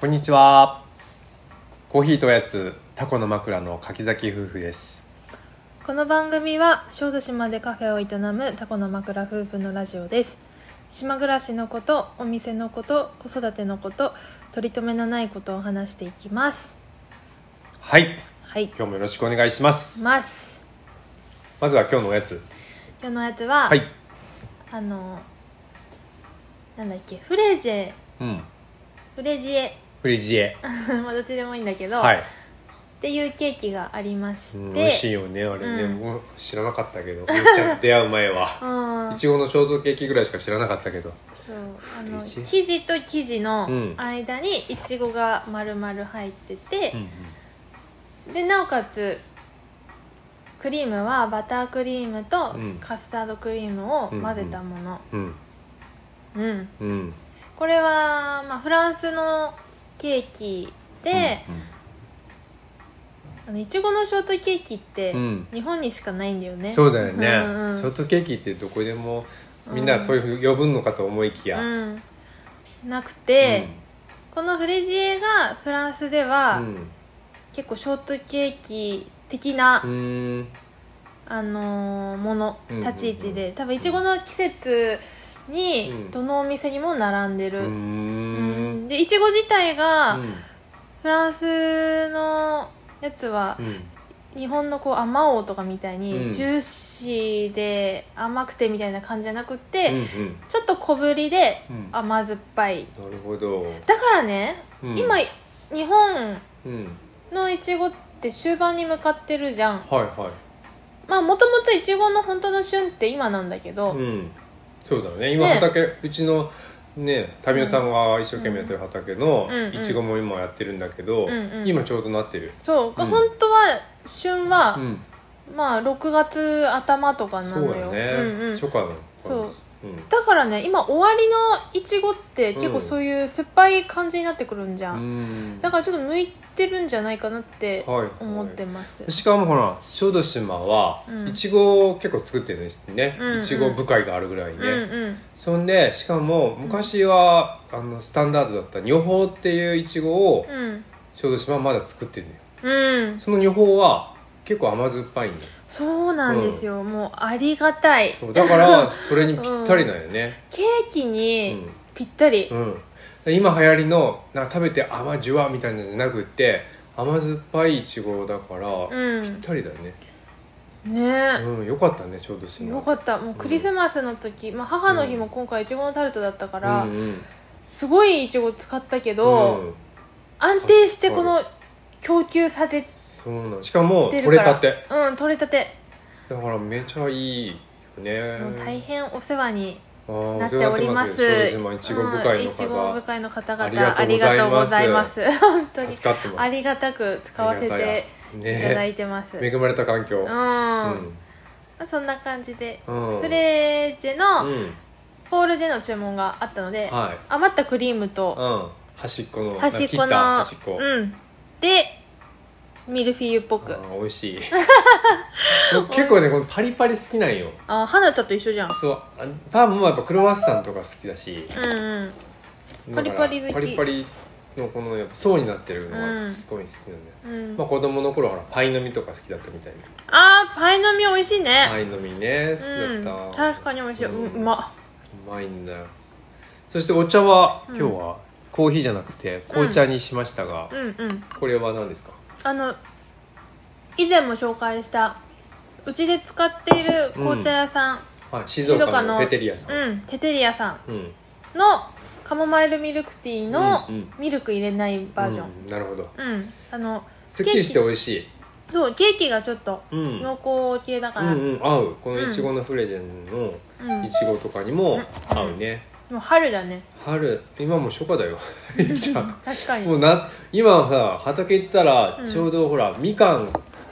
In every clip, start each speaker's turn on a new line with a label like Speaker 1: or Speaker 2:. Speaker 1: こんにちはコーヒーとおやつタコの枕の柿崎夫婦です
Speaker 2: この番組は小豆島でカフェを営むタコの枕夫婦のラジオです島暮らしのことお店のこと子育てのこと取り留めのないことを話していきます
Speaker 1: はい
Speaker 2: はい
Speaker 1: 今日もよろしくお願いしますま
Speaker 2: ます
Speaker 1: ずは今日のおやつ
Speaker 2: 今日のやつは、
Speaker 1: はい
Speaker 2: あのなんだっけフレジェ
Speaker 1: うん
Speaker 2: フレジエ
Speaker 1: フレジエ
Speaker 2: まあどっちでもいいんだけど、
Speaker 1: はい
Speaker 2: っ
Speaker 1: い、
Speaker 2: ていうケーキがありまし
Speaker 1: うん、美味していよねあれね、
Speaker 2: うん
Speaker 1: もう知らなかったけどゆうちゃんと出会う前 は
Speaker 2: うん
Speaker 1: いちごのショートケーキぐらいしか知らなかったけど
Speaker 2: そうあの
Speaker 1: フレジエ
Speaker 2: 生地と生地の
Speaker 1: うん
Speaker 2: 間にいちごが丸々入ってて、
Speaker 1: うん
Speaker 2: でなおかつクリームはバタークリームと
Speaker 1: うん
Speaker 2: カスタードクリームを混ぜたもの
Speaker 1: うん
Speaker 2: うん、
Speaker 1: うんうん
Speaker 2: これは、まあ、フランスのケーキで、あのいちごのショートケーキって
Speaker 1: うん
Speaker 2: 日本にしかないんだよね、
Speaker 1: そうだよね、
Speaker 2: うんうん
Speaker 1: ショートケーキってどこでもみんなそういうふう呼ぶのかと思いきや、
Speaker 2: うんなくて、このフレジエがフランスでは、
Speaker 1: うんうん
Speaker 2: 結構ショートケーキ的な、
Speaker 1: うーん
Speaker 2: あのーもの
Speaker 1: うんうんうん
Speaker 2: 立ち位置で、多分いちごの季節に
Speaker 1: うん
Speaker 2: どのお店にも並んで
Speaker 1: うー
Speaker 2: る、
Speaker 1: ん
Speaker 2: でいちご自体が、
Speaker 1: うん
Speaker 2: フランスのやつは
Speaker 1: う、ん
Speaker 2: 日本のこうあまおうとかみたいに、
Speaker 1: うん
Speaker 2: ジューシーで甘くてみたいな感じじゃなくて、
Speaker 1: うん
Speaker 2: ちょっと小ぶりで
Speaker 1: うんな
Speaker 2: 甘酸っぱい
Speaker 1: るほど、
Speaker 2: だからね、
Speaker 1: うん
Speaker 2: 今日本
Speaker 1: うん、
Speaker 2: のいちごって終盤に向かってるじゃん
Speaker 1: はいは
Speaker 2: まあもともといちごの本当の旬って今なんだけど、
Speaker 1: い、うん、そうだね今畑うちのね民生さんが一生懸命やってる畑の
Speaker 2: うん
Speaker 1: いちごも今やってるんだけど、
Speaker 2: うんうん
Speaker 1: 今ちょうどなってる、
Speaker 2: そう、
Speaker 1: うん
Speaker 2: 本当は旬は、
Speaker 1: うん、
Speaker 2: まあ6月頭とかな
Speaker 1: そう
Speaker 2: の
Speaker 1: や
Speaker 2: よ
Speaker 1: ね、
Speaker 2: うんうん
Speaker 1: 初夏の
Speaker 2: そう
Speaker 1: うん
Speaker 2: だからね今終わりのいちごって結
Speaker 1: う
Speaker 2: 構
Speaker 1: ん
Speaker 2: そういう酸っぱい感じになってくるんじゃん、
Speaker 1: うん
Speaker 2: だからちょっと向いてるんじゃないかなって
Speaker 1: はいはい
Speaker 2: 思ってます、
Speaker 1: しかもほら小豆島は
Speaker 2: うん
Speaker 1: いちごを結構作ってるんですね
Speaker 2: うんうん
Speaker 1: いちご部会があるぐらいね、
Speaker 2: うんうん
Speaker 1: そんでしかも昔は、あのスタンダードだった女峰っていういちごを
Speaker 2: うん
Speaker 1: 小豆島はまだ作ってるのよ
Speaker 2: うん、
Speaker 1: その女峰は結構甘酸っぱいんだよ
Speaker 2: そうなんですよ、もうありがたい
Speaker 1: そうだ からそれにぴったりなんよね
Speaker 2: ケーキ
Speaker 1: う
Speaker 2: に
Speaker 1: ん、
Speaker 2: ぴったり、
Speaker 1: うん今流行りのなんか食べて甘じゅわみたいなのじゃなくって甘酸っぱいいちごだから、
Speaker 2: うん
Speaker 1: ぴったりだよね、
Speaker 2: ね
Speaker 1: うん、よかったね小豆
Speaker 2: え
Speaker 1: 島
Speaker 2: よかったもうクリスマスの時、まあ、母の日も今回いちごのタルトだったから、
Speaker 1: うんうん
Speaker 2: すごいいちご使ったけど、
Speaker 1: うん
Speaker 2: 安定してこの供給され
Speaker 1: そうなのしかも
Speaker 2: て
Speaker 1: 取
Speaker 2: る
Speaker 1: れ
Speaker 2: か
Speaker 1: た
Speaker 2: ら
Speaker 1: て
Speaker 2: うん取れたて
Speaker 1: だからめちゃいいよね
Speaker 2: もう大変お世話に
Speaker 1: あー
Speaker 2: なっております
Speaker 1: お世話になってますよ小豆島いちご部会
Speaker 2: うん
Speaker 1: の
Speaker 2: いちご部
Speaker 1: 方、
Speaker 2: 会の方々
Speaker 1: あ
Speaker 2: あ
Speaker 1: り
Speaker 2: り
Speaker 1: が
Speaker 2: が
Speaker 1: と
Speaker 2: と
Speaker 1: う
Speaker 2: う
Speaker 1: ご
Speaker 2: ご
Speaker 1: ざ
Speaker 2: ざ
Speaker 1: い
Speaker 2: い
Speaker 1: ま
Speaker 2: ますす本当に
Speaker 1: 助かってます
Speaker 2: ありがたく使わせていただいてます、
Speaker 1: ね恵まれた環境
Speaker 2: う、
Speaker 1: うん
Speaker 2: そんな感じで、
Speaker 1: うん
Speaker 2: フレージェの
Speaker 1: うん
Speaker 2: ホールでの注文があったので、
Speaker 1: はい
Speaker 2: 余ったクリームと
Speaker 1: うん端っこの
Speaker 2: 端っこ
Speaker 1: 切た
Speaker 2: の
Speaker 1: 端っこ、
Speaker 2: うんでミルフィーユっぽく
Speaker 1: あー美味 しい僕結構ねこのパリパリ好きなんよ
Speaker 2: あ花田と一緒じゃん
Speaker 1: そうあパンもやっぱクロワッサンとか好きだし
Speaker 2: うんうん
Speaker 1: だから
Speaker 2: パリパリ好き
Speaker 1: パリパリのこのやっぱ層になってるのがすごい好きなんだよ、
Speaker 2: うん、
Speaker 1: まあ、子供の頃ほらパイの実とか好きだったみたいな
Speaker 2: あーパイの実美味しいね、
Speaker 1: パイの実ね好きだ
Speaker 2: うん、
Speaker 1: った、
Speaker 2: 確かに美味しい、う
Speaker 1: うん
Speaker 2: うま
Speaker 1: うまいんだよそしてお茶は
Speaker 2: う
Speaker 1: 今
Speaker 2: ん
Speaker 1: 日はコーヒーじゃなくて紅茶にしましたが、
Speaker 2: うんうん
Speaker 1: これは何ですか
Speaker 2: あの以前も紹介したうちで使っている紅茶屋さん、
Speaker 1: はい、静岡のテテリアさん、
Speaker 2: うん、テテリアさ
Speaker 1: うん
Speaker 2: んのカモマイルミルクティーの
Speaker 1: うんうん
Speaker 2: ミルク入れないバージョン
Speaker 1: うんなるほど
Speaker 2: うん、あの
Speaker 1: すっきりして美味しい、
Speaker 2: そうケーキがちょっと
Speaker 1: うん、
Speaker 2: 濃厚系だか
Speaker 1: う
Speaker 2: ら、
Speaker 1: んうん合うこのいちごのフレジェンの
Speaker 2: うん
Speaker 1: いちごとかにも合うね、
Speaker 2: もう春だね
Speaker 1: 春今もう初夏だよゆ きちゃん
Speaker 2: 確かに
Speaker 1: もうな今さ畑行ったら
Speaker 2: うん
Speaker 1: ちょうどほら、みかん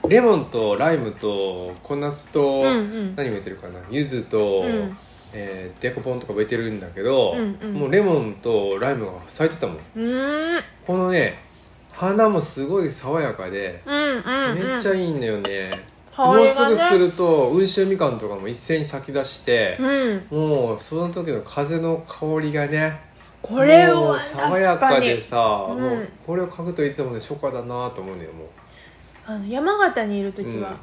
Speaker 1: レモンとライムと小夏と、
Speaker 2: うんうん
Speaker 1: 何植えてるかな柚子と、
Speaker 2: うん
Speaker 1: えーデコポンとか植えてるんだけど、
Speaker 2: うんうん
Speaker 1: もうレモンとライムが咲いてたもん
Speaker 2: うーん
Speaker 1: このね花もすごい爽やかで、
Speaker 2: うんうんうん
Speaker 1: めっち
Speaker 2: ゃ
Speaker 1: ゃいいんだよね
Speaker 2: 香
Speaker 1: もう
Speaker 2: り
Speaker 1: す
Speaker 2: が
Speaker 1: ぐす
Speaker 2: ね
Speaker 1: ると温州みかんとかも一斉に咲き出して、
Speaker 2: うん
Speaker 1: もうその時の風の香りがね
Speaker 2: これ
Speaker 1: も
Speaker 2: を
Speaker 1: う爽やかでさ、
Speaker 2: 確かに
Speaker 1: も
Speaker 2: う
Speaker 1: うんこれを書くといつもね初夏だなと思うのよもう
Speaker 2: あの山形にいる時は、
Speaker 1: うん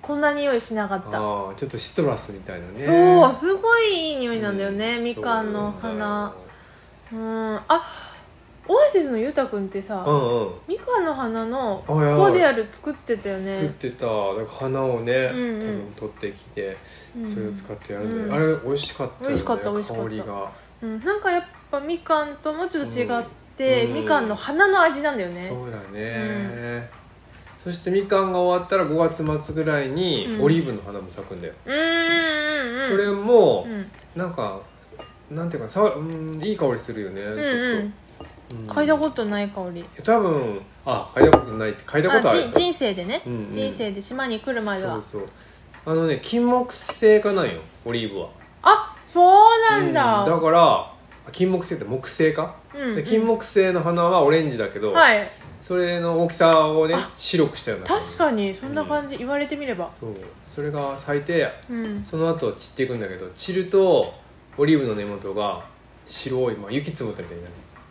Speaker 2: こんな匂いしなかった、
Speaker 1: ああちょっとシトラスみたいなね
Speaker 2: そうすごいいい匂いなんだよね、
Speaker 1: う
Speaker 2: みかんの花
Speaker 1: そ
Speaker 2: うんあオアシスのゆうたくんってさ、
Speaker 1: うなんだよ
Speaker 2: みかんの花の
Speaker 1: うんうんあ
Speaker 2: コーディ
Speaker 1: や
Speaker 2: アル作ってたよ
Speaker 1: 作っ
Speaker 2: ね、
Speaker 1: てたなんか花をね、
Speaker 2: うんうん
Speaker 1: 多分取ってきて
Speaker 2: うん
Speaker 1: それを使ってやるのよ、
Speaker 2: うん
Speaker 1: あれ美味しかったよね
Speaker 2: 美味しかった美味しかった
Speaker 1: 香りが、
Speaker 2: うん、なんかやっぱみかんともうちょっと違って、
Speaker 1: うん
Speaker 2: みかんの花の味なんだよね
Speaker 1: そうだね、そしてみかんが終わったら5月末ぐらいにオリーブの花も咲くんだよ、
Speaker 2: うんうんうん
Speaker 1: それも
Speaker 2: うん
Speaker 1: なんかなんていうかさうんいい香りするよねちょっ
Speaker 2: うん
Speaker 1: と、
Speaker 2: う
Speaker 1: う
Speaker 2: ん
Speaker 1: ん
Speaker 2: 嗅いだことない香り
Speaker 1: 多分あ嗅いだことないって嗅いだことある
Speaker 2: あじ人生でね、
Speaker 1: うんうん
Speaker 2: 人生で島に来るまでは
Speaker 1: そうそうあのね金木犀かなんよオリーブは
Speaker 2: あそうなんだ、
Speaker 1: うだから金木犀って木犀か、
Speaker 2: うん
Speaker 1: で金木犀の花はオレンジだけど、
Speaker 2: はい
Speaker 1: それの大きさをね
Speaker 2: あ
Speaker 1: 白くしたような感じ
Speaker 2: 確かにそんな感じ、言われてみれば
Speaker 1: そうそれが咲いて
Speaker 2: うん
Speaker 1: その後散っていくんだけど散るとオリーブの根元が白い、まあ、雪積もったみたいにな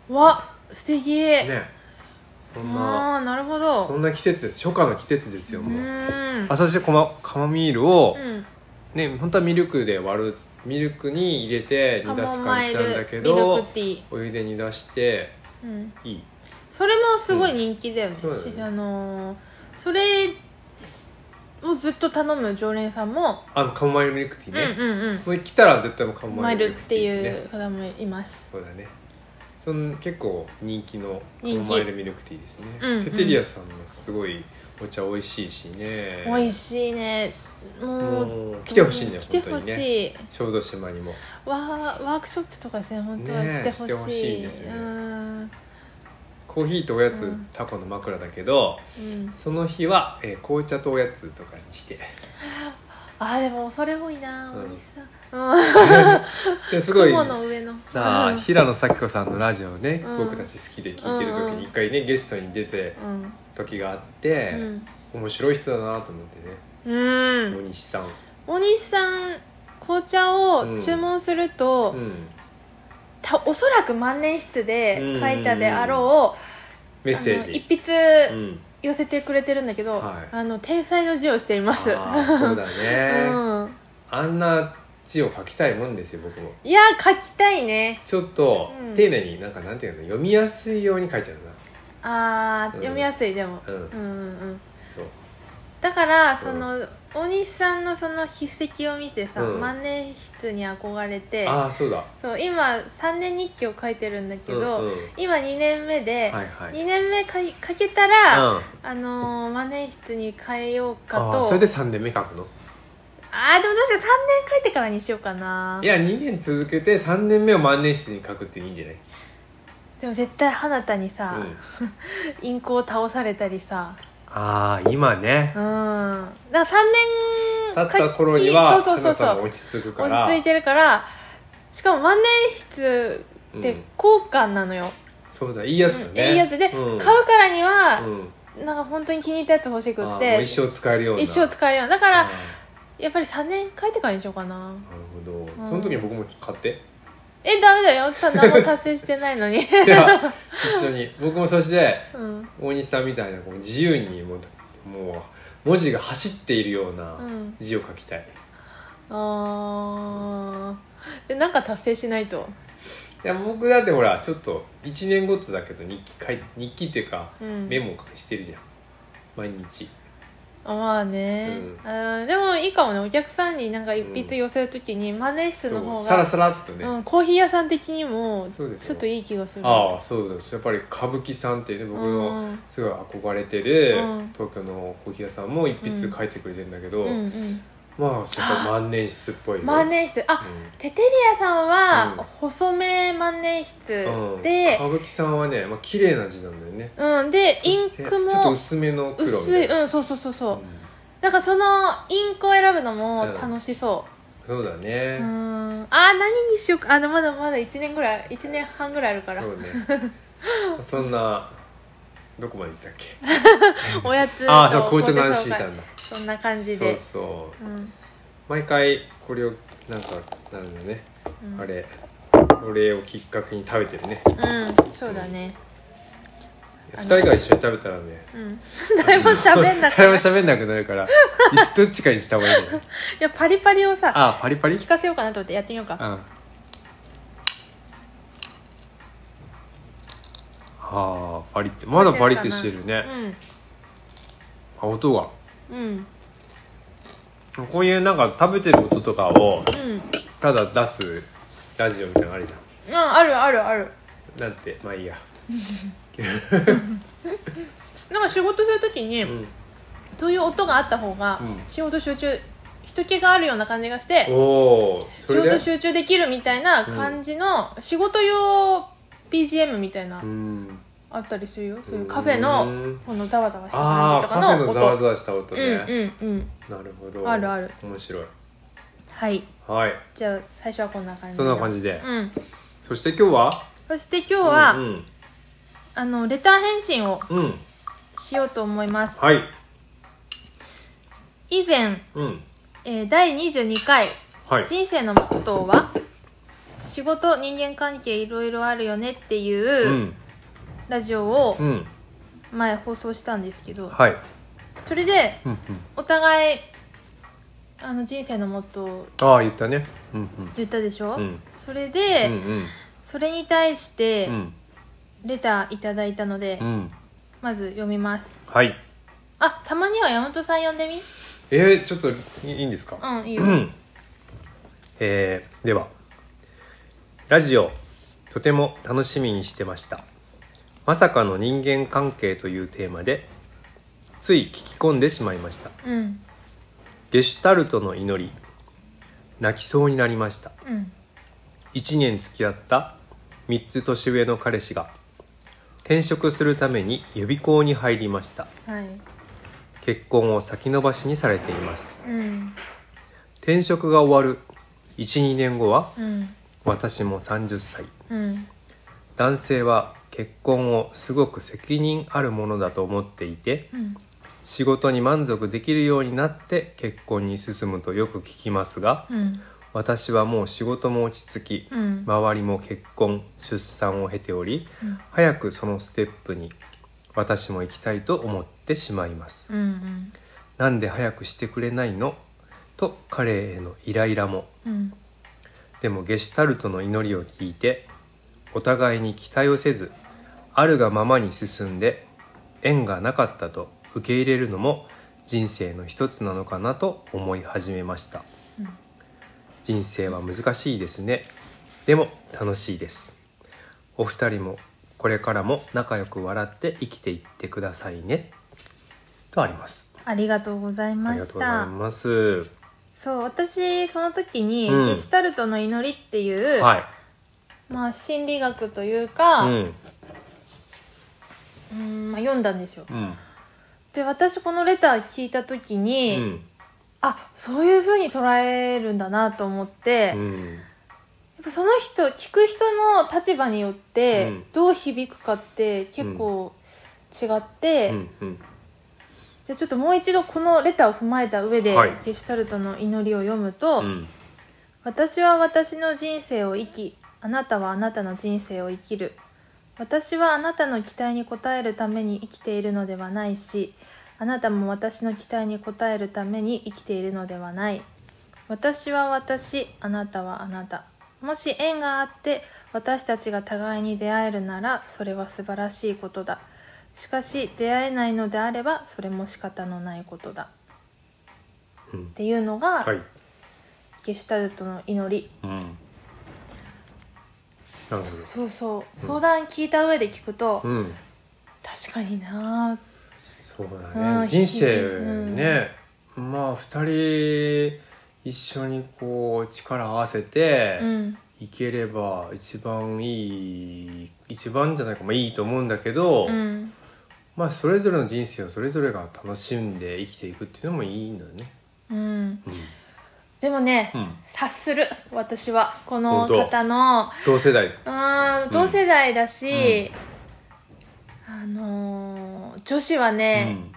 Speaker 2: わ素敵、
Speaker 1: るねそんな
Speaker 2: ああなるほ
Speaker 1: そ
Speaker 2: ど
Speaker 1: んな季節です初夏の季節です
Speaker 2: う
Speaker 1: よ
Speaker 2: ー
Speaker 1: もう、
Speaker 2: ん
Speaker 1: あそしてこまカマミールを、
Speaker 2: うん
Speaker 1: ね本当はミルクで割るミルクに入れて
Speaker 2: カ
Speaker 1: 煮出
Speaker 2: モ
Speaker 1: す
Speaker 2: マ
Speaker 1: 感
Speaker 2: イ
Speaker 1: じ
Speaker 2: ル
Speaker 1: なんだけ
Speaker 2: ミル
Speaker 1: ど
Speaker 2: クティー、
Speaker 1: お湯で煮出して
Speaker 2: うん、
Speaker 1: いい
Speaker 2: それもすごい人気だよね,し、
Speaker 1: うんそうだよね
Speaker 2: あのーそれをずっと頼む常連さんも、
Speaker 1: あのカモマイルミルクティーね、
Speaker 2: うんうんうん
Speaker 1: もう来たら絶対もうカモ
Speaker 2: マ
Speaker 1: マイ
Speaker 2: イ
Speaker 1: ルミ
Speaker 2: ルっ
Speaker 1: ルクテ
Speaker 2: て
Speaker 1: ィーね
Speaker 2: いう方もいます
Speaker 1: そうだねその結構人気のカ
Speaker 2: 人気
Speaker 1: モマイルミルクティーですね、
Speaker 2: うんうん
Speaker 1: テテリアさんのすごいお茶美味しいしね
Speaker 2: 美味しいねもう
Speaker 1: もう来てほしいね、
Speaker 2: うん来て
Speaker 1: 本当
Speaker 2: ほ
Speaker 1: に
Speaker 2: し
Speaker 1: ね
Speaker 2: い
Speaker 1: 小豆島にも
Speaker 2: わーワークショップとかですね本当は
Speaker 1: ねえ
Speaker 2: してほしい,、
Speaker 1: してほしいですよね
Speaker 2: うん
Speaker 1: コーヒーとおやつ、
Speaker 2: うん
Speaker 1: タコの枕だけど
Speaker 2: うん、
Speaker 1: その日は、えー紅茶とおやつとかにして
Speaker 2: あーでもそれ多いな
Speaker 1: うん
Speaker 2: おじさん、うん、
Speaker 1: ですごい
Speaker 2: 雲の上の
Speaker 1: さあ
Speaker 2: うん
Speaker 1: 平野咲子さんのラジオをね、
Speaker 2: うん
Speaker 1: 僕たち好きで聞いてる時
Speaker 2: うんうん
Speaker 1: に一回ねゲストに出て
Speaker 2: うん
Speaker 1: 時があって、面白い人だなと思ってね
Speaker 2: うん、うん
Speaker 1: 大西さん、
Speaker 2: 大西さん紅茶を注文すると、
Speaker 1: うん
Speaker 2: たおそらく万年筆で書いたであろう、
Speaker 1: メッセ
Speaker 2: あ
Speaker 1: ー
Speaker 2: の
Speaker 1: ジ
Speaker 2: 一筆
Speaker 1: うん
Speaker 2: 寄せてくれてるんだけど、
Speaker 1: はい
Speaker 2: あの天才の字をしています
Speaker 1: あーそうだね、
Speaker 2: うん、
Speaker 1: あんな字を書きたいもんですよ僕も
Speaker 2: いやー書きたいね
Speaker 1: ちょっと
Speaker 2: うん
Speaker 1: 丁寧になんかなんていうの読みやすいように書いちゃう
Speaker 2: あー、
Speaker 1: うん
Speaker 2: 読みやすいでも、
Speaker 1: なうん、
Speaker 2: うんうんうん、
Speaker 1: そう
Speaker 2: だからその、大西さんのその筆跡を見てさ、
Speaker 1: うん
Speaker 2: 万年筆に憧れて
Speaker 1: ああそうだ
Speaker 2: そう今3年日記を書いてるんだけど、
Speaker 1: うんうん、
Speaker 2: 今2年目で、
Speaker 1: はいはい
Speaker 2: 2年目かいかけたら、
Speaker 1: うん
Speaker 2: あのー、万年筆に変えようか
Speaker 1: あ
Speaker 2: と
Speaker 1: ーそれで3年目書くの
Speaker 2: あーでもどうしよう3年書いてからにしようかない
Speaker 1: や2年続けて3年目を万年筆に書くっていいんじゃない、
Speaker 2: でも絶対花田にさ、
Speaker 1: うん
Speaker 2: インクを倒されたりさ
Speaker 1: ああ今ね
Speaker 2: うんだから3年
Speaker 1: 経った頃には
Speaker 2: そうそうそうそ
Speaker 1: が
Speaker 2: う
Speaker 1: 落ち着くか
Speaker 2: 落
Speaker 1: ら
Speaker 2: ち着いてるからしかも万年筆って
Speaker 1: うん
Speaker 2: 高価なのよ、
Speaker 1: そうだいいやつよ
Speaker 2: うん
Speaker 1: ね
Speaker 2: いいやつで、
Speaker 1: うん
Speaker 2: 買うからには、
Speaker 1: うん
Speaker 2: なんか本当に気に入ったやつ欲しく
Speaker 1: あ
Speaker 2: っ
Speaker 1: ーも
Speaker 2: て
Speaker 1: う一生使えるような
Speaker 2: 一生
Speaker 1: だ
Speaker 2: 使えるようなだから、
Speaker 1: なる
Speaker 2: やっぱり3年書いてからにしようかな
Speaker 1: ほど、
Speaker 2: うん
Speaker 1: その時に僕も買って
Speaker 2: えダメだよさ何も達成してないのに、
Speaker 1: いや一緒に僕もそして
Speaker 2: うん
Speaker 1: 大西さんみたいなこう自由にもうもう文字が走っているような
Speaker 2: うん
Speaker 1: 字を書きたい、
Speaker 2: あーでなんか達成しないと
Speaker 1: いや僕だってほらちょっと1年ごとだけど日記書い日記っていうか
Speaker 2: うん
Speaker 1: メモしてるじゃん毎日
Speaker 2: あまあね、
Speaker 1: う
Speaker 2: あーでもいいかもねお客さんになんか一筆寄せるときに、マネ室の
Speaker 1: そ
Speaker 2: 方
Speaker 1: うサラ
Speaker 2: が
Speaker 1: サラっとね、
Speaker 2: うん、コーヒー屋さん的にも
Speaker 1: そうでしょ
Speaker 2: ちょっといい気がする
Speaker 1: ああそうですやっぱり歌舞伎さんっていうね僕の
Speaker 2: うん
Speaker 1: すごい憧れてる
Speaker 2: うん
Speaker 1: 東京のコーヒー屋さんも一筆書いてくれてるんだけど、
Speaker 2: うんうん
Speaker 1: まあそこ万年筆っぽいね
Speaker 2: 万年筆あ、テテリアさんは、
Speaker 1: うん
Speaker 2: 細め万年筆
Speaker 1: うんうん
Speaker 2: で
Speaker 1: 歌、舞伎さんはねまあ綺麗な字なんだよね
Speaker 2: うん、で
Speaker 1: そ
Speaker 2: イン
Speaker 1: して
Speaker 2: ク
Speaker 1: ちょっと
Speaker 2: も
Speaker 1: 薄めの黒み
Speaker 2: 薄
Speaker 1: た
Speaker 2: い
Speaker 1: いな
Speaker 2: うんそうそうそうそう、
Speaker 1: うん
Speaker 2: だからそのインクを選ぶのも楽しそう、
Speaker 1: そうだ
Speaker 2: う
Speaker 1: ね、
Speaker 2: ーんあー何にしようかあのまだまだ1年ぐらい1年半ぐらいあるから
Speaker 1: そう ねそんなどこまで行ったっけ
Speaker 2: おやつ
Speaker 1: ああ
Speaker 2: と
Speaker 1: そう紅茶の
Speaker 2: 紅
Speaker 1: 話
Speaker 2: 紹
Speaker 1: し
Speaker 2: 介
Speaker 1: たんだ
Speaker 2: そんな感じ
Speaker 1: そう
Speaker 2: で
Speaker 1: そう
Speaker 2: うん
Speaker 1: 毎回これをなんかなんだね、
Speaker 2: うん
Speaker 1: あれこれをきっかけに食べてるね
Speaker 2: うんそうだね
Speaker 1: 二人が一緒に食べたらね
Speaker 2: うん 誰も喋んなく
Speaker 1: 誰
Speaker 2: な
Speaker 1: も
Speaker 2: い
Speaker 1: 喋んなくなるからどっちかにした方がいいんだよね
Speaker 2: いやパリパリをさ
Speaker 1: あパリパリ
Speaker 2: 聞かせようかなと思ってやってみようか
Speaker 1: うんはあパリってまだパリってしてるね、あ音が
Speaker 2: うんうん
Speaker 1: こういうなんか食べてる音とかを
Speaker 2: うん
Speaker 1: ただ出すラジオみたいなのあるじゃ
Speaker 2: うんあるあるある
Speaker 1: んなんてまあいいや
Speaker 2: なんか仕事するときに、
Speaker 1: うん
Speaker 2: そういう音があった方が
Speaker 1: うん
Speaker 2: 仕事集中人気があるような感じがして
Speaker 1: おおそれ
Speaker 2: 仕事
Speaker 1: で
Speaker 2: 集中できるみたいな感じの仕事用 BGM みたいな
Speaker 1: うん
Speaker 2: あったりするよそういうカフェの
Speaker 1: うん
Speaker 2: このざわざわした
Speaker 1: あ
Speaker 2: 感
Speaker 1: あ
Speaker 2: じ
Speaker 1: カフェの
Speaker 2: とかの音
Speaker 1: ざわざわした音ね、
Speaker 2: うんうんうん
Speaker 1: なるほど
Speaker 2: あるある
Speaker 1: 面白い
Speaker 2: はい
Speaker 1: はい
Speaker 2: じゃあ最初はこんな感じ
Speaker 1: そんな感じで、
Speaker 2: うん
Speaker 1: そして今日は
Speaker 2: そして今日は、
Speaker 1: うん
Speaker 2: あのレター返信を
Speaker 1: うん、うん
Speaker 2: しようと思います
Speaker 1: はい
Speaker 2: 以前、
Speaker 1: うん
Speaker 2: えー、第22回
Speaker 1: はい
Speaker 2: 人生のモットーは仕事人間関係いろいろあるよねって
Speaker 1: う
Speaker 2: いうんラジオを
Speaker 1: うん
Speaker 2: 前放送したんですけど
Speaker 1: はい
Speaker 2: それで
Speaker 1: うんうん
Speaker 2: お互いあの人生のモットー
Speaker 1: ああ言ったねうん
Speaker 2: 言ったでしょ、
Speaker 1: うんうん
Speaker 2: それ
Speaker 1: う
Speaker 2: で、
Speaker 1: んうん
Speaker 2: それに対して
Speaker 1: うん
Speaker 2: レターいただいたので、
Speaker 1: うん
Speaker 2: まず読みます
Speaker 1: はい
Speaker 2: あたまには山本さん呼んでみ
Speaker 1: えー、ちょっといいいんですか
Speaker 2: うんいいよ、
Speaker 1: うんえーではラジオとても楽しみにしてましたまさかの人間関係というテーマでつい聞き込んでしまいました
Speaker 2: うん
Speaker 1: ゲシュタルトの祈り泣きそうになりました
Speaker 2: うん
Speaker 1: 1年付き合った3つ年上の彼氏が転職するために予備校に入りました
Speaker 2: はい
Speaker 1: 結婚を先延ばしにされています
Speaker 2: うん
Speaker 1: 転職が終わる12年後は
Speaker 2: うん
Speaker 1: 私も30歳
Speaker 2: うん
Speaker 1: 男性は結婚をすごく責任あるものだと思っていて
Speaker 2: うん
Speaker 1: 仕事に満足できるようになって結婚に進むとよく聞きますが
Speaker 2: うん
Speaker 1: 私はもう仕事も落ち着き
Speaker 2: うん
Speaker 1: 周りも結婚出産を経ており
Speaker 2: うん
Speaker 1: 早くそのステップに私も行きたいと思ってしまいます
Speaker 2: うん
Speaker 1: なんで早くしてくれないのと彼へのイライラも
Speaker 2: うん
Speaker 1: でもゲシュタルトの祈りを聞いてお互いに期待をせずあるがままに進んで縁がなかったと受け入れるのも人生の一つなのかなと思い始めました
Speaker 2: うん
Speaker 1: 人生は難しいですねでも楽しいですお二人もこれからも仲良く笑って生きていってくださいねとあります
Speaker 2: ありがとうござい
Speaker 1: あ
Speaker 2: ま
Speaker 1: りが
Speaker 2: し
Speaker 1: とうござい
Speaker 2: た
Speaker 1: ます
Speaker 2: そう私その時に、
Speaker 1: うん
Speaker 2: ゲシュタルトの祈りっていう、
Speaker 1: はい
Speaker 2: まあ心理学というか、
Speaker 1: う
Speaker 2: うん
Speaker 1: ん
Speaker 2: ーんまあ、読んだんですよ
Speaker 1: うん
Speaker 2: で私このレター聞いた時
Speaker 1: う
Speaker 2: に、
Speaker 1: ん
Speaker 2: あそういう風に捉えるんだなと思っ
Speaker 1: う
Speaker 2: て、やっ
Speaker 1: ん
Speaker 2: ぱその人聞く人の立場によって、
Speaker 1: うん
Speaker 2: どう響くかって結構違って、
Speaker 1: うんうん
Speaker 2: じゃあちょっともう一度このレターを踏まえた上で、
Speaker 1: はい
Speaker 2: ゲシュタルトの祈りを読むと、
Speaker 1: うん
Speaker 2: 私は私の人生を生きあなたはあなたの人生を生きる私はあなたの期待に応えるために生きているのではないしあなたも私の期待に応えるために生きているのではない私は私あなたはあなたもし縁があって私たちが互いに出会えるならそれは素晴らしいことだしかし出会えないのであればそれも仕方のないことだ
Speaker 1: うん
Speaker 2: っていうのが、
Speaker 1: はい
Speaker 2: ゲシュタルトの祈り
Speaker 1: うん。なるほ
Speaker 2: そうそう
Speaker 1: うん
Speaker 2: 相談聞いた上で聞くと、
Speaker 1: ど。うん。
Speaker 2: 確かにな
Speaker 1: そう
Speaker 2: う
Speaker 1: だね。
Speaker 2: ん
Speaker 1: 人生ね、まあ二人一緒にこう力合わせて
Speaker 2: ぁうん
Speaker 1: いければ一番いい一番じゃないかまあいいと思うんだけど、
Speaker 2: うん
Speaker 1: まあそれぞれの人生をそれぞれが楽しんで生きていくっていうのもいいんだよね。
Speaker 2: うん
Speaker 1: うん。
Speaker 2: でもね、
Speaker 1: うん
Speaker 2: 察する私はこの
Speaker 1: 本当
Speaker 2: 方の
Speaker 1: 同世代。
Speaker 2: うーん同世代だし、あのー女子は
Speaker 1: う
Speaker 2: ね、
Speaker 1: ん。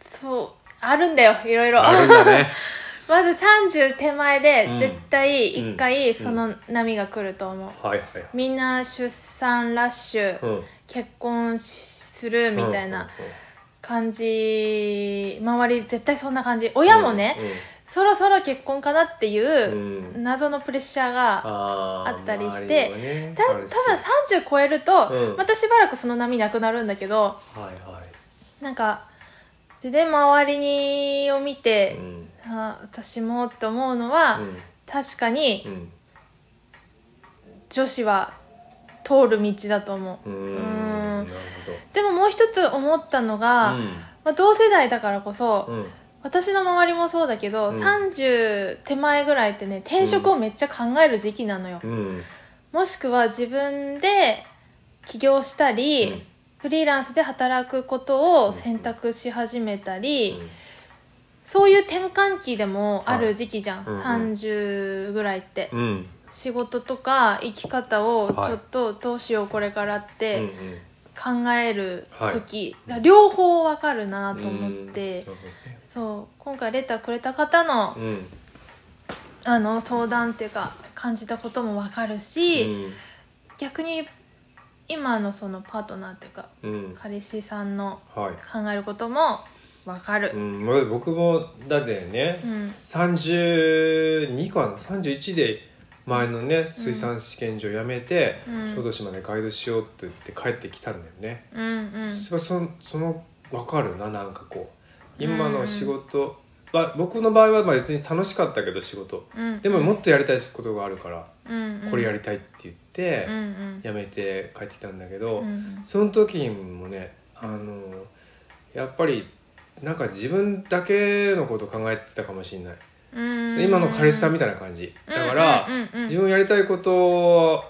Speaker 2: そうあるんだよいろいろ
Speaker 1: あるんだね。
Speaker 2: まず30手前で
Speaker 1: うん
Speaker 2: 絶対一
Speaker 1: う
Speaker 2: 回
Speaker 1: ん
Speaker 2: その波が来ると思う、
Speaker 1: はいはいはい
Speaker 2: みんな出産ラッシュ、
Speaker 1: うん
Speaker 2: 結婚しするみたい
Speaker 1: うん
Speaker 2: な
Speaker 1: うんうん
Speaker 2: 感じ周り絶対そんな感じ親もね、そろそろ結婚かなってい
Speaker 1: うん
Speaker 2: う
Speaker 1: うんうん
Speaker 2: 謎のプレッシャーが、
Speaker 1: あー
Speaker 2: あったりして
Speaker 1: 周りにはね
Speaker 2: た多
Speaker 1: あ
Speaker 2: 分
Speaker 1: るし
Speaker 2: 30超えると、
Speaker 1: うん
Speaker 2: またしばらくその波なくなるんだけど
Speaker 1: はいは
Speaker 2: なんかでで周りにを見
Speaker 1: い
Speaker 2: て
Speaker 1: う、ん
Speaker 2: あ私もって思うのは、
Speaker 1: うん
Speaker 2: 確かに
Speaker 1: うん
Speaker 2: 女子は通る道だと思
Speaker 1: うー
Speaker 2: うんん
Speaker 1: なる
Speaker 2: うでももう一つ思ったのが、
Speaker 1: ほ
Speaker 2: まあ、同世代だからこそ、
Speaker 1: どうんうん
Speaker 2: 私の周りもそうだけど、
Speaker 1: うん
Speaker 2: 30手前ぐらいってね転職をめっちゃ考える時期なのよ、
Speaker 1: うん
Speaker 2: もしくは自分で起業したり、
Speaker 1: うん
Speaker 2: フリーランスで働くことを選択し始めたり、そういう転換期でもある時期じゃ
Speaker 1: は
Speaker 2: ん、
Speaker 1: いうんうん
Speaker 2: 30ぐらいって、
Speaker 1: うんうん
Speaker 2: 仕事とか生き方をち
Speaker 1: はい
Speaker 2: ょっとどうしようこれから
Speaker 1: う
Speaker 2: っ
Speaker 1: ん
Speaker 2: て
Speaker 1: うん
Speaker 2: 考える時、
Speaker 1: はい
Speaker 2: 両方わかるなと思って、
Speaker 1: うんなるほどね
Speaker 2: そう今回レターくれた方の
Speaker 1: うん
Speaker 2: あの相談っていうか感じたこともわかるし、逆に今のそのパートナーっていうか
Speaker 1: うんうん
Speaker 2: 彼氏さんの
Speaker 1: はい
Speaker 2: 考えることもわか
Speaker 1: う
Speaker 2: る、
Speaker 1: んまあ僕もだってね
Speaker 2: うん
Speaker 1: 32かな31で前のね水産試験場辞めて
Speaker 2: うん
Speaker 1: 小豆島でガイドしようって言って帰ってきたんだよね
Speaker 2: うん
Speaker 1: そそのその分かるななんかこう今の仕事は僕の場合はまあ別に楽しかったけど仕事
Speaker 2: うんうん
Speaker 1: でももっとやりたいことがあるから
Speaker 2: うんうん
Speaker 1: これやりたいって言って
Speaker 2: うんうん
Speaker 1: 辞めて帰ってきたんだけど、
Speaker 2: うん
Speaker 1: その時もねあのやっぱりなんか自分だけのこと考えてたかもしれない、
Speaker 2: うん
Speaker 1: 今の彼氏さんみたいな感じだから、
Speaker 2: うんうんうんうん
Speaker 1: 自分やりたいこと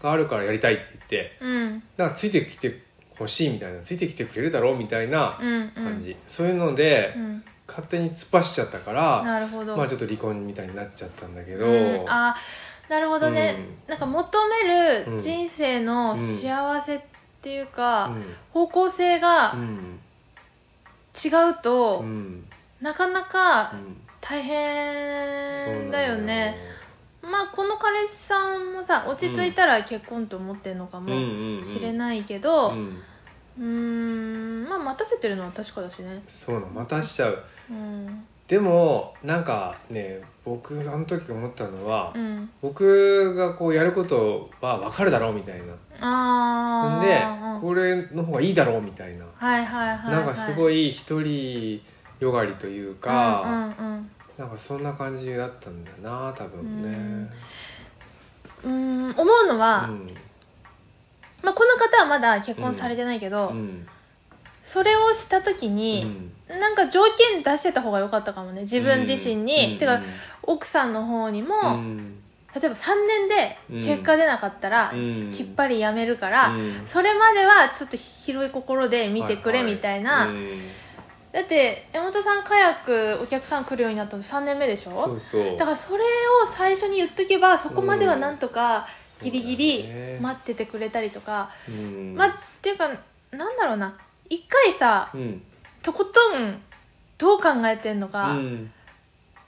Speaker 1: があるからやりたいって言って
Speaker 2: うん
Speaker 1: なんかついてきてほしいみたいなついてきてくれるだろうみたいな
Speaker 2: うんうん
Speaker 1: 感じ、そういうので、
Speaker 2: うん
Speaker 1: 勝手に突っ走っちゃったから
Speaker 2: なるほど、
Speaker 1: まあちょっと離婚みたいになっちゃったんだけど、
Speaker 2: うん、あーなるほどね、
Speaker 1: う
Speaker 2: なんか求め
Speaker 1: うん
Speaker 2: る人生の幸せっていうか、
Speaker 1: うん
Speaker 2: 方向性が
Speaker 1: うん
Speaker 2: 違う
Speaker 1: う
Speaker 2: と、
Speaker 1: ん
Speaker 2: なかな
Speaker 1: う
Speaker 2: か
Speaker 1: ん
Speaker 2: 大
Speaker 1: そうなん
Speaker 2: 変だよね
Speaker 1: だよ
Speaker 2: まあこの彼氏さんもさ落ち着いたら結婚と思ってるのかもしれ
Speaker 1: い
Speaker 2: ないけど
Speaker 1: う、
Speaker 2: うんーんまあ待たせてるのは確かだしね
Speaker 1: そうなのまたしちゃう
Speaker 2: うん
Speaker 1: でもなんかね僕あの時思ったのは、
Speaker 2: うん
Speaker 1: 僕がこうやることは分かるだろうみたいなん
Speaker 2: ああ
Speaker 1: でこれの方がいいだろうみたいな、
Speaker 2: はいはいはい
Speaker 1: なんかす
Speaker 2: い
Speaker 1: ごい一人よがりというか、
Speaker 2: うん
Speaker 1: なんかそんな感じだったんだな多分ね
Speaker 2: うんうんうーん思うのは、まあ、この方はまだ結婚されてないけど、
Speaker 1: うんうん
Speaker 2: それをした時
Speaker 1: う
Speaker 2: に、
Speaker 1: ん
Speaker 2: なんか条件出してた方が良かったかもね自分自身に、
Speaker 1: うん
Speaker 2: てか奥さんの方にも、
Speaker 1: うん
Speaker 2: 例えば3年で結果出なかったら、
Speaker 1: うん
Speaker 2: きっぱりやめるから、
Speaker 1: うん
Speaker 2: それまではちょっと広い心で見てくれ
Speaker 1: はは
Speaker 2: みたいな、
Speaker 1: うん
Speaker 2: だって山本さんカヤックお客さん来るようになったの3年目でし
Speaker 1: そ
Speaker 2: ょ
Speaker 1: うそう
Speaker 2: だからそれを最初に言っとけばそこまではなんとか
Speaker 1: うん
Speaker 2: ギリギリ
Speaker 1: そうだよね
Speaker 2: 待っててくれたりとか、
Speaker 1: うん
Speaker 2: まあっていうかなんだろうな一回さ
Speaker 1: うん
Speaker 2: とことんどう考えてんの
Speaker 1: う
Speaker 2: か、
Speaker 1: ん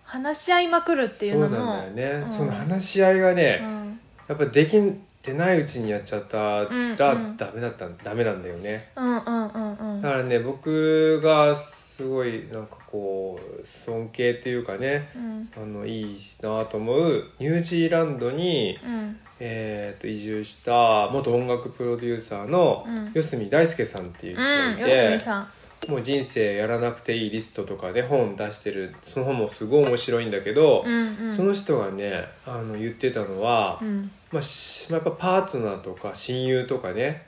Speaker 2: 話し合いまくるっていうのも
Speaker 1: そうなんだよね、
Speaker 2: うん
Speaker 1: その話し合いがね、
Speaker 2: うん
Speaker 1: やっぱできてないうちにやっちゃったら
Speaker 2: うんうん
Speaker 1: ダメだった、ダメなんだよね
Speaker 2: うんうんうんうん
Speaker 1: だからね僕がすごいなんかこう尊敬っていうかね
Speaker 2: うん
Speaker 1: あのいいなと思うニュージーランドに、
Speaker 2: うん
Speaker 1: えー、と移住した元音楽プロデューサーの
Speaker 2: うん
Speaker 1: 四隅大輔さんっていう人
Speaker 2: う
Speaker 1: が
Speaker 2: ん、よ
Speaker 1: いて、
Speaker 2: すみさん。
Speaker 1: もう人生やらなくていいリストとかで本出してるその本もすごい面白いんだけど、
Speaker 2: うんうん。
Speaker 1: その人がねあの言ってたのは、
Speaker 2: うん
Speaker 1: まあ、しまあやっぱパートナーとか親友とかね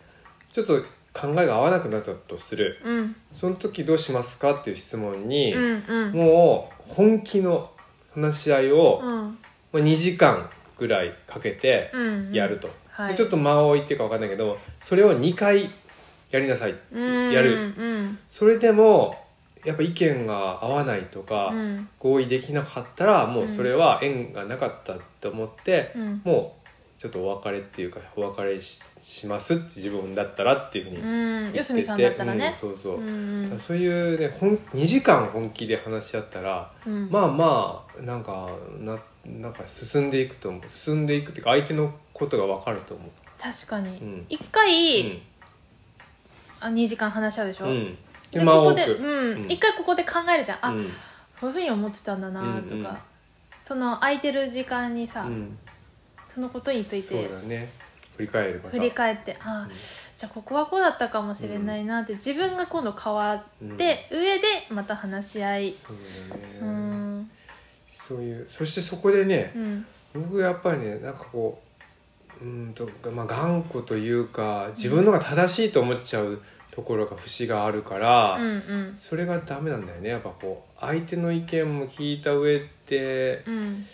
Speaker 1: ちょっと考えが合わなくなったとする
Speaker 2: うん
Speaker 1: その時どうしますかっていう質問に、
Speaker 2: うんうん
Speaker 1: もう本気の話し合いを、
Speaker 2: う
Speaker 1: ま
Speaker 2: ん
Speaker 1: あ、2時間ぐらいかけて
Speaker 2: うん
Speaker 1: やると、
Speaker 2: はい
Speaker 1: でちょっと間を置いてるか分かんないけどそれを2回やりなさい
Speaker 2: うん
Speaker 1: や
Speaker 2: う
Speaker 1: る
Speaker 2: ん
Speaker 1: それでもやっぱ意見が合わないとか、
Speaker 2: うん
Speaker 1: 合意できなかったらもうそれは縁がなかったと思って、
Speaker 2: うん
Speaker 1: もうちょっとお別れっていうかお別れししますって自分だったらっていうふうに
Speaker 2: うん
Speaker 1: 言
Speaker 2: 四
Speaker 1: って
Speaker 2: 角
Speaker 1: て、
Speaker 2: さんだったら
Speaker 1: うん
Speaker 2: ね
Speaker 1: そうそう、
Speaker 2: う
Speaker 1: だ
Speaker 2: ん
Speaker 1: からそういうね本2時間本気で話し合ったら
Speaker 2: うん
Speaker 1: まあまあなんかななんか進んでいくと思う進んでいくっていうか相手のことが分かると思う。
Speaker 2: 確か
Speaker 1: う
Speaker 2: に
Speaker 1: ん
Speaker 2: 一回
Speaker 1: う
Speaker 2: あ2時間話し合うでしょ
Speaker 1: んうん、
Speaker 2: で
Speaker 1: 間
Speaker 2: こ
Speaker 1: を
Speaker 2: こ
Speaker 1: 置
Speaker 2: で
Speaker 1: く
Speaker 2: う
Speaker 1: うん
Speaker 2: ん一回ここで考えるじゃんあ
Speaker 1: うん
Speaker 2: こういうふうに思ってたんだなと
Speaker 1: うんうん
Speaker 2: かその空いてる時間にさ
Speaker 1: うん
Speaker 2: そのことについ
Speaker 1: そう
Speaker 2: て
Speaker 1: だね振り返るまた
Speaker 2: 振り返ってあ
Speaker 1: うん
Speaker 2: じゃあここはこうだったかもしれないなって自分が今度変わって上でまた話し合い
Speaker 1: そう
Speaker 2: う
Speaker 1: だね
Speaker 2: ん
Speaker 1: そういうそしてそこでね
Speaker 2: うん
Speaker 1: 僕やっぱりねなんかこううーんとまあ頑固というか自分のが正しいと思っちゃうところが節があるから、
Speaker 2: うんうん
Speaker 1: それがダメなんだよねやっぱこう相手の意見も聞いた上で
Speaker 2: うん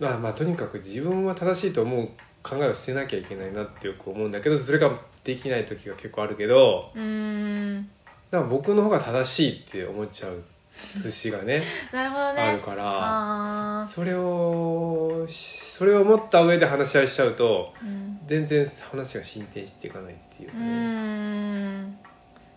Speaker 1: まあまあとにかく自分は正しいと思う考えを捨てなきゃいけないなってよく思うんだけどそれができない時が結構あるけど
Speaker 2: うん
Speaker 1: だから僕の方が正しいって思っちゃう節が ね
Speaker 2: なるほど
Speaker 1: ある
Speaker 2: ね
Speaker 1: から
Speaker 2: ああ
Speaker 1: それをそれを持った上で話し合いしちゃうと
Speaker 2: うん
Speaker 1: 全然話が進展していかないっていう
Speaker 2: う
Speaker 1: かね、だか
Speaker 2: ん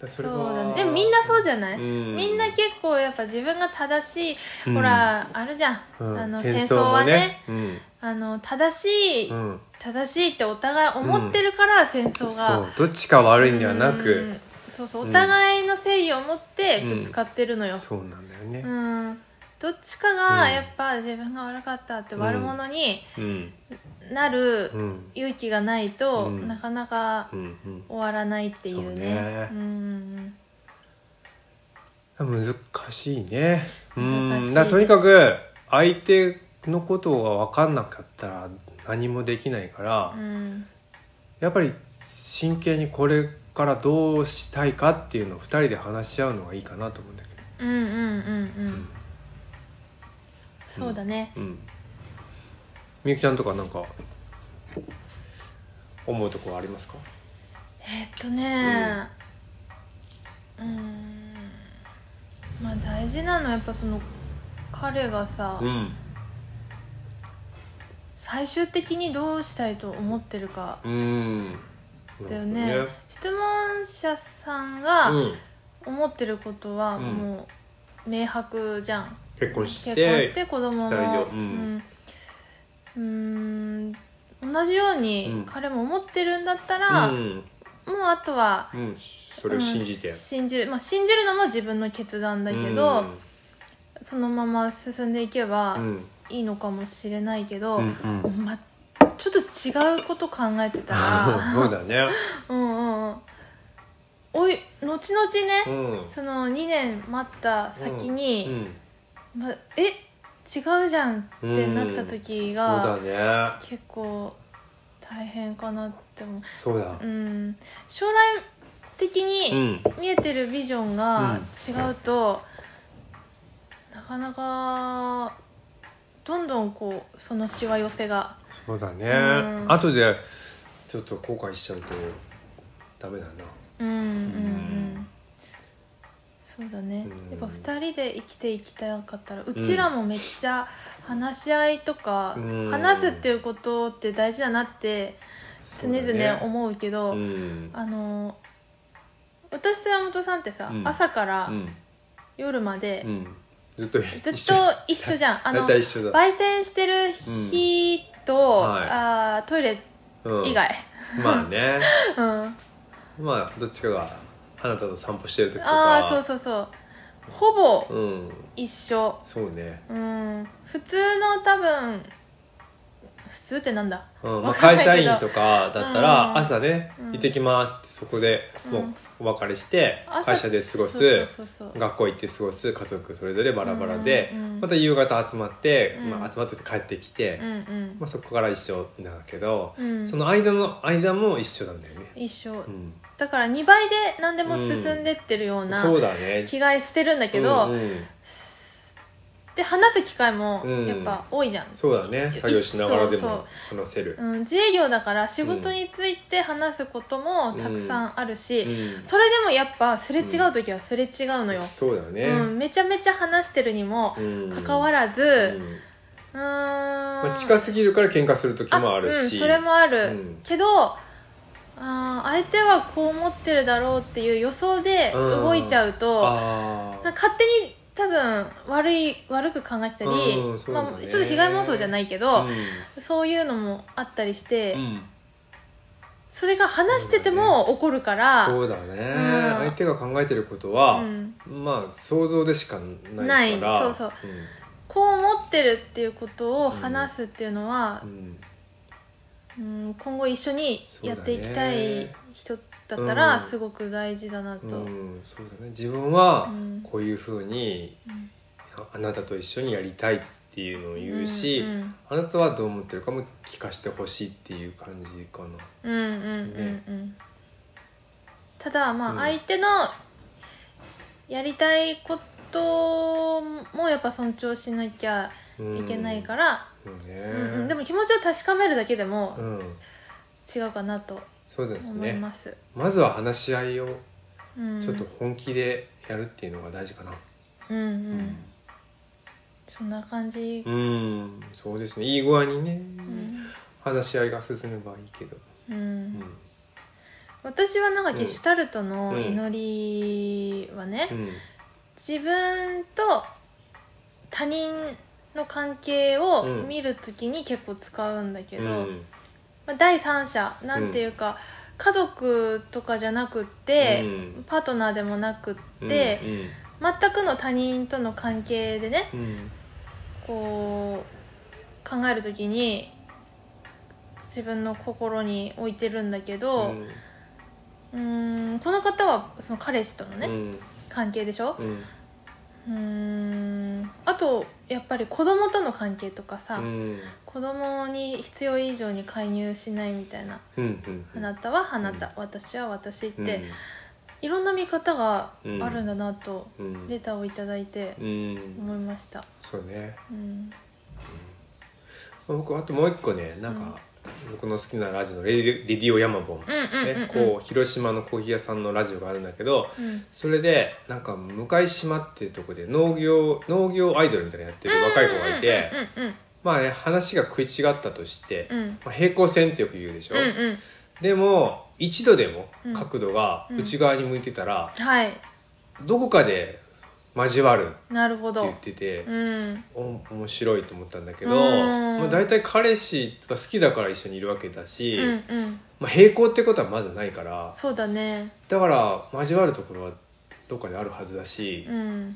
Speaker 1: らそれは
Speaker 2: そうだねでもみんなそうじゃない
Speaker 1: うん
Speaker 2: みんな結構やっぱ自分が正しい、
Speaker 1: うん
Speaker 2: ほらあるじゃん、
Speaker 1: うん
Speaker 2: あの戦争はね
Speaker 1: もね
Speaker 2: あの正しい、
Speaker 1: うん、うん、
Speaker 2: 正しいってお互い思ってるから戦
Speaker 1: そう
Speaker 2: 争が、
Speaker 1: どっちか悪いんではな
Speaker 2: う
Speaker 1: く
Speaker 2: んそうそう
Speaker 1: う
Speaker 2: お
Speaker 1: ん
Speaker 2: 互いの誠意を持ってぶつかってるのよ、
Speaker 1: そうなんだよ
Speaker 2: う
Speaker 1: ね
Speaker 2: んどっちかが
Speaker 1: うん
Speaker 2: やっぱ自分が悪かったって悪者に
Speaker 1: うん
Speaker 2: なる
Speaker 1: うん
Speaker 2: 勇気がないと、
Speaker 1: うん
Speaker 2: なかなか
Speaker 1: うんうん
Speaker 2: 終わらないっていうね
Speaker 1: そううん難しいねうん
Speaker 2: 難しいです
Speaker 1: だからとにかく相手のことが分かんなかったら何もできないから、
Speaker 2: うん
Speaker 1: やっぱり真剣にこれからどうしたいかっていうのを2人で話し合うのがいいかなと思うんだけど、
Speaker 2: うんうんうんうんそうだね、
Speaker 1: うん、みゆきちゃんとかなんか思うところありますか
Speaker 2: えっとねうーんまあ大事なのはやっぱその彼がさ、
Speaker 1: ん
Speaker 2: 最終的にどうしたいと思ってるか
Speaker 1: うん
Speaker 2: だよね質問者さん
Speaker 1: な
Speaker 2: が
Speaker 1: んかうん、
Speaker 2: 思ってることは
Speaker 1: うん
Speaker 2: もう明白じゃん、
Speaker 1: 結婚
Speaker 2: 結
Speaker 1: して
Speaker 2: 婚して子供
Speaker 1: 二人
Speaker 2: の
Speaker 1: でうん
Speaker 2: うんうーん同じよう
Speaker 1: う
Speaker 2: に
Speaker 1: ん
Speaker 2: 彼も思ってるんだったら、
Speaker 1: うん
Speaker 2: もうあとは
Speaker 1: うん、それを信じて、
Speaker 2: うん信じるまあ信じるのも自分の決断だけど、そのまま進んでいけば
Speaker 1: うん
Speaker 2: いいのかもしれないけど、
Speaker 1: うんうんうん
Speaker 2: ま、ちょっと違うこと考えてた
Speaker 1: そうだ
Speaker 2: ら
Speaker 1: ね。
Speaker 2: うんうんうんおい後々
Speaker 1: う
Speaker 2: ね、
Speaker 1: ん。
Speaker 2: その2年待った先
Speaker 1: う
Speaker 2: に、
Speaker 1: ん。
Speaker 2: ま、え違うじゃんってなった時
Speaker 1: そう
Speaker 2: が、
Speaker 1: だね。
Speaker 2: 結構大変かなって思う、
Speaker 1: そうだ
Speaker 2: う。ん、将来的に、
Speaker 1: うん。
Speaker 2: 見えてるビジョンが違うと、なかなかどんどんこうそのしわ寄せが
Speaker 1: そうだね
Speaker 2: う。ん
Speaker 1: 後でちょっと後悔しちゃうとダメだな。
Speaker 2: うんうんうん、
Speaker 1: ん
Speaker 2: そうだね
Speaker 1: うん
Speaker 2: やっぱ2人で生きていきたかったらうちらもめっちゃ話し合いとか、
Speaker 1: うん
Speaker 2: 話すっていうことって大事だなって常
Speaker 1: そうだね
Speaker 2: 々思うけど
Speaker 1: うん。
Speaker 2: あの私と山本さんってさ、
Speaker 1: うん
Speaker 2: 朝か
Speaker 1: う
Speaker 2: ら
Speaker 1: ん。
Speaker 2: 夜まで
Speaker 1: うん。ずっと
Speaker 2: ずっ
Speaker 1: 一
Speaker 2: と
Speaker 1: 緒。
Speaker 2: 一緒じゃん。あ
Speaker 1: 大
Speaker 2: の
Speaker 1: 体一緒だ。
Speaker 2: 焙煎してる日と、
Speaker 1: うんはい
Speaker 2: あートイレ
Speaker 1: うん
Speaker 2: 以。外、
Speaker 1: まあね。
Speaker 2: うん
Speaker 1: まあどっちかがあなたと散歩してる時と
Speaker 2: あ
Speaker 1: か。
Speaker 2: あそうそうそうほぼ
Speaker 1: う。うん。
Speaker 2: 一緒、
Speaker 1: そうね。
Speaker 2: うん、普通の多分普通ってなんだ
Speaker 1: うんまあ、
Speaker 2: わかん
Speaker 1: 会
Speaker 2: ないけど
Speaker 1: 社員とかだった
Speaker 2: うん
Speaker 1: ら朝ね
Speaker 2: う
Speaker 1: 「
Speaker 2: ん
Speaker 1: 行ってきます」ってそこでもうお別れして
Speaker 2: 朝
Speaker 1: 会社で過ご
Speaker 2: そう
Speaker 1: す
Speaker 2: そうそうそう
Speaker 1: 学校行って過ごす家族それぞれバラバラで
Speaker 2: うんうん
Speaker 1: また夕方集まって
Speaker 2: うん
Speaker 1: まあ集まってて帰ってきて
Speaker 2: うんうん
Speaker 1: まあそこから一緒なんだけど
Speaker 2: うん
Speaker 1: その間の間も一緒なんだよね
Speaker 2: 一緒
Speaker 1: うん
Speaker 2: だから2倍で何でも進んでってるような
Speaker 1: そうだね
Speaker 2: 気がしてるんだけど、
Speaker 1: うんうん
Speaker 2: で話す機会も
Speaker 1: うん
Speaker 2: やっぱ多いじゃん、
Speaker 1: そうだね作業しながらで
Speaker 2: そう
Speaker 1: も話せる
Speaker 2: うん、自営業だから仕事について話すこともたくさんあるし、
Speaker 1: うん
Speaker 2: それでもやっぱすれ違う時はすれ違うのよ、
Speaker 1: そうだ
Speaker 2: うん
Speaker 1: ね
Speaker 2: めちゃめちゃ話してるにもかかわ
Speaker 1: ら
Speaker 2: らず、
Speaker 1: うん
Speaker 2: うーん、
Speaker 1: まあ、近すぎるから喧嘩する時もあるし
Speaker 2: うん、それもある、
Speaker 1: うん
Speaker 2: けどあー相手はこう思ってるだろうっていう予想で
Speaker 1: うん
Speaker 2: 動いちゃうと、
Speaker 1: あ
Speaker 2: なん
Speaker 1: ー
Speaker 2: か勝手に多分悪い悪く考えてたり、
Speaker 1: うんそうだね
Speaker 2: まあ、ちょっと被害妄想じゃないけど、そういうのもあったりして、
Speaker 1: うんうん
Speaker 2: それが話してても怒るから
Speaker 1: そうだね、
Speaker 2: ん
Speaker 1: 相手が考えてること
Speaker 2: う
Speaker 1: は、
Speaker 2: ん、
Speaker 1: まあ想像でしかないから
Speaker 2: ないそうそうこう思ってるっていうことを話すっていうのは
Speaker 1: う、ん
Speaker 2: うん今後一緒にやっていきたい人だった
Speaker 1: うん
Speaker 2: らすごく大事だなと。
Speaker 1: う
Speaker 2: うんん
Speaker 1: うんそうだね自分は
Speaker 2: うん
Speaker 1: こういうふうにああなたと一緒にやりたいっていうのを言うし、
Speaker 2: うん
Speaker 1: あなたはどう思ってるかも聞かせてほしいっていう感じかな
Speaker 2: うんうんうんうんただ
Speaker 1: う
Speaker 2: ま
Speaker 1: ん
Speaker 2: あ相手のやりたいこともやっぱ尊重しなきゃ
Speaker 1: うん
Speaker 2: いけないから、
Speaker 1: そうね、
Speaker 2: うんうんでも気持ちを確かめるだけでも
Speaker 1: うん
Speaker 2: 違うかなと
Speaker 1: そうです
Speaker 2: 思い
Speaker 1: ねま
Speaker 2: ます。
Speaker 1: ずは話し合いを
Speaker 2: うん
Speaker 1: ちょっと本気でやるっていうのが大事かな
Speaker 2: うんうんそんな感じ
Speaker 1: う、ん、そうですねいい具合にね、
Speaker 2: うん
Speaker 1: 話し合いが進めばいいけど、
Speaker 2: うん
Speaker 1: うん
Speaker 2: 私はなんか
Speaker 1: うん
Speaker 2: ゲシュタルトの
Speaker 1: うん
Speaker 2: 祈りはね、
Speaker 1: うん
Speaker 2: 自分と他人の関係を
Speaker 1: うん
Speaker 2: 見るときに結構使うんだけど、
Speaker 1: うん
Speaker 2: まあ、第三者なんていうか、家族とかじゃなくって、
Speaker 1: うん
Speaker 2: パートナーでもなくって、全くの他人との関係でね
Speaker 1: うんうん
Speaker 2: こう考えるときに自分の心に置いてるんだけど、
Speaker 1: うん
Speaker 2: うーんこの方はその彼氏とのね、
Speaker 1: うん
Speaker 2: 関係でしょ
Speaker 1: うん
Speaker 2: うーんあとやっぱり子供との関係とかさ、
Speaker 1: うん
Speaker 2: 子供に必要以上に介入しないみたいな
Speaker 1: うん
Speaker 2: あなたはあなた、
Speaker 1: うん
Speaker 2: 私は私って、いろんな見方があるんだなと
Speaker 1: うんうん
Speaker 2: レターをいただいて
Speaker 1: うん
Speaker 2: 思いました、
Speaker 1: そうね
Speaker 2: うん、
Speaker 1: 僕あともう一個ねなんか、僕の好きなラジオのレディ「レディオヤマボン」
Speaker 2: うんうんうん
Speaker 1: ねこう広島のコーヒー屋さんのラジオがあるんだけど
Speaker 2: うんうん
Speaker 1: それでなんか向島っていうとこで農業農業アイドルみたいなのやってる若い子がいて
Speaker 2: うんうん
Speaker 1: まあね話が食い違ったとして、
Speaker 2: うんうん
Speaker 1: まあ、平行線ってよく言うでしょ、
Speaker 2: うんうん
Speaker 1: でも一度でも
Speaker 2: うん
Speaker 1: 角度が
Speaker 2: うん
Speaker 1: 内側に向いてたら、
Speaker 2: はい
Speaker 1: どこかで交わるって
Speaker 2: なるほど
Speaker 1: 言ってて、
Speaker 2: うん
Speaker 1: お面白いと思ったんだけど、
Speaker 2: うん
Speaker 1: まあ、大体彼氏が好きだから一緒にいるわけだし、
Speaker 2: うんうん
Speaker 1: まあ、平行ってことはまずないから
Speaker 2: そうだね
Speaker 1: だから交わるところはどっかであるはずだし
Speaker 2: う、ん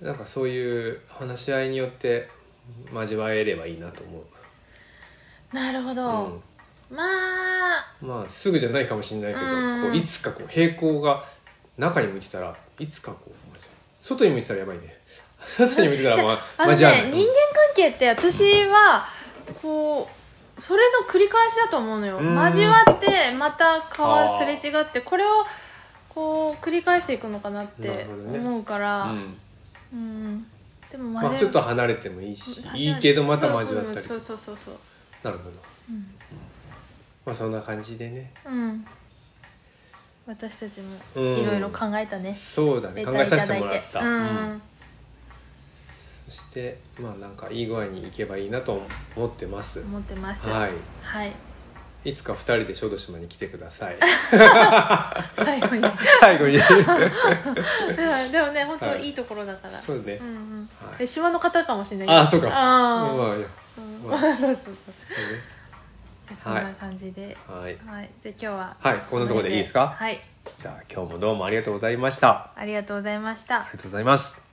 Speaker 1: なんかそういう話し合いによって交われればいいなと思う、
Speaker 2: なるほど、まあ
Speaker 1: うんまあすぐじゃないかもしれないけど、
Speaker 2: うん
Speaker 1: こういつかこう平行が中に向いてたらいつかこう外に向いてたらやばい ね外に向いてたら、ま
Speaker 2: あ
Speaker 1: あ、
Speaker 2: の
Speaker 1: 交
Speaker 2: ね人
Speaker 1: わる、
Speaker 2: 間関係って私はこうそれの繰り返しだと思うのよ
Speaker 1: うん
Speaker 2: 交わってまた顔はすれ違ってこれをこう繰り返していくのかなっ
Speaker 1: なる
Speaker 2: て
Speaker 1: ほどね
Speaker 2: 思うから、
Speaker 1: うん
Speaker 2: うんでも
Speaker 1: まあ、ちょっと離れてもいいし
Speaker 2: 交わる
Speaker 1: いいけどまた交わったり
Speaker 2: そうそうそうそう
Speaker 1: なるほど
Speaker 2: うん、
Speaker 1: まあそんな感じでね
Speaker 2: うん、私たちも
Speaker 1: うん
Speaker 2: いろいろ考えたね、
Speaker 1: そうだね
Speaker 2: レ
Speaker 1: 考
Speaker 2: ター
Speaker 1: え
Speaker 2: い
Speaker 1: さ
Speaker 2: た
Speaker 1: せ
Speaker 2: だ
Speaker 1: て
Speaker 2: い
Speaker 1: もらった、
Speaker 2: うん
Speaker 1: そしてまあなんかいい具合にいけばいいなと思ってます、
Speaker 2: 思ってます
Speaker 1: はい
Speaker 2: はい、
Speaker 1: いつか二人で小豆島に来てください
Speaker 2: 最後に
Speaker 1: 最後に
Speaker 2: うんでもね本当
Speaker 1: はい
Speaker 2: いいところだから、
Speaker 1: そうね
Speaker 2: う、んうん
Speaker 1: はい
Speaker 2: え島の方かもしれない
Speaker 1: ああそうか
Speaker 2: あ
Speaker 1: まあいや
Speaker 2: ーうん
Speaker 1: まあそうね
Speaker 2: そんな感じで、
Speaker 1: はい
Speaker 2: はい、じゃあ今日は
Speaker 1: はいこんなところでいいですか
Speaker 2: はい
Speaker 1: じゃあ今日もどうもありがとうございましたあ
Speaker 2: ありがとうございました
Speaker 1: りがとうございます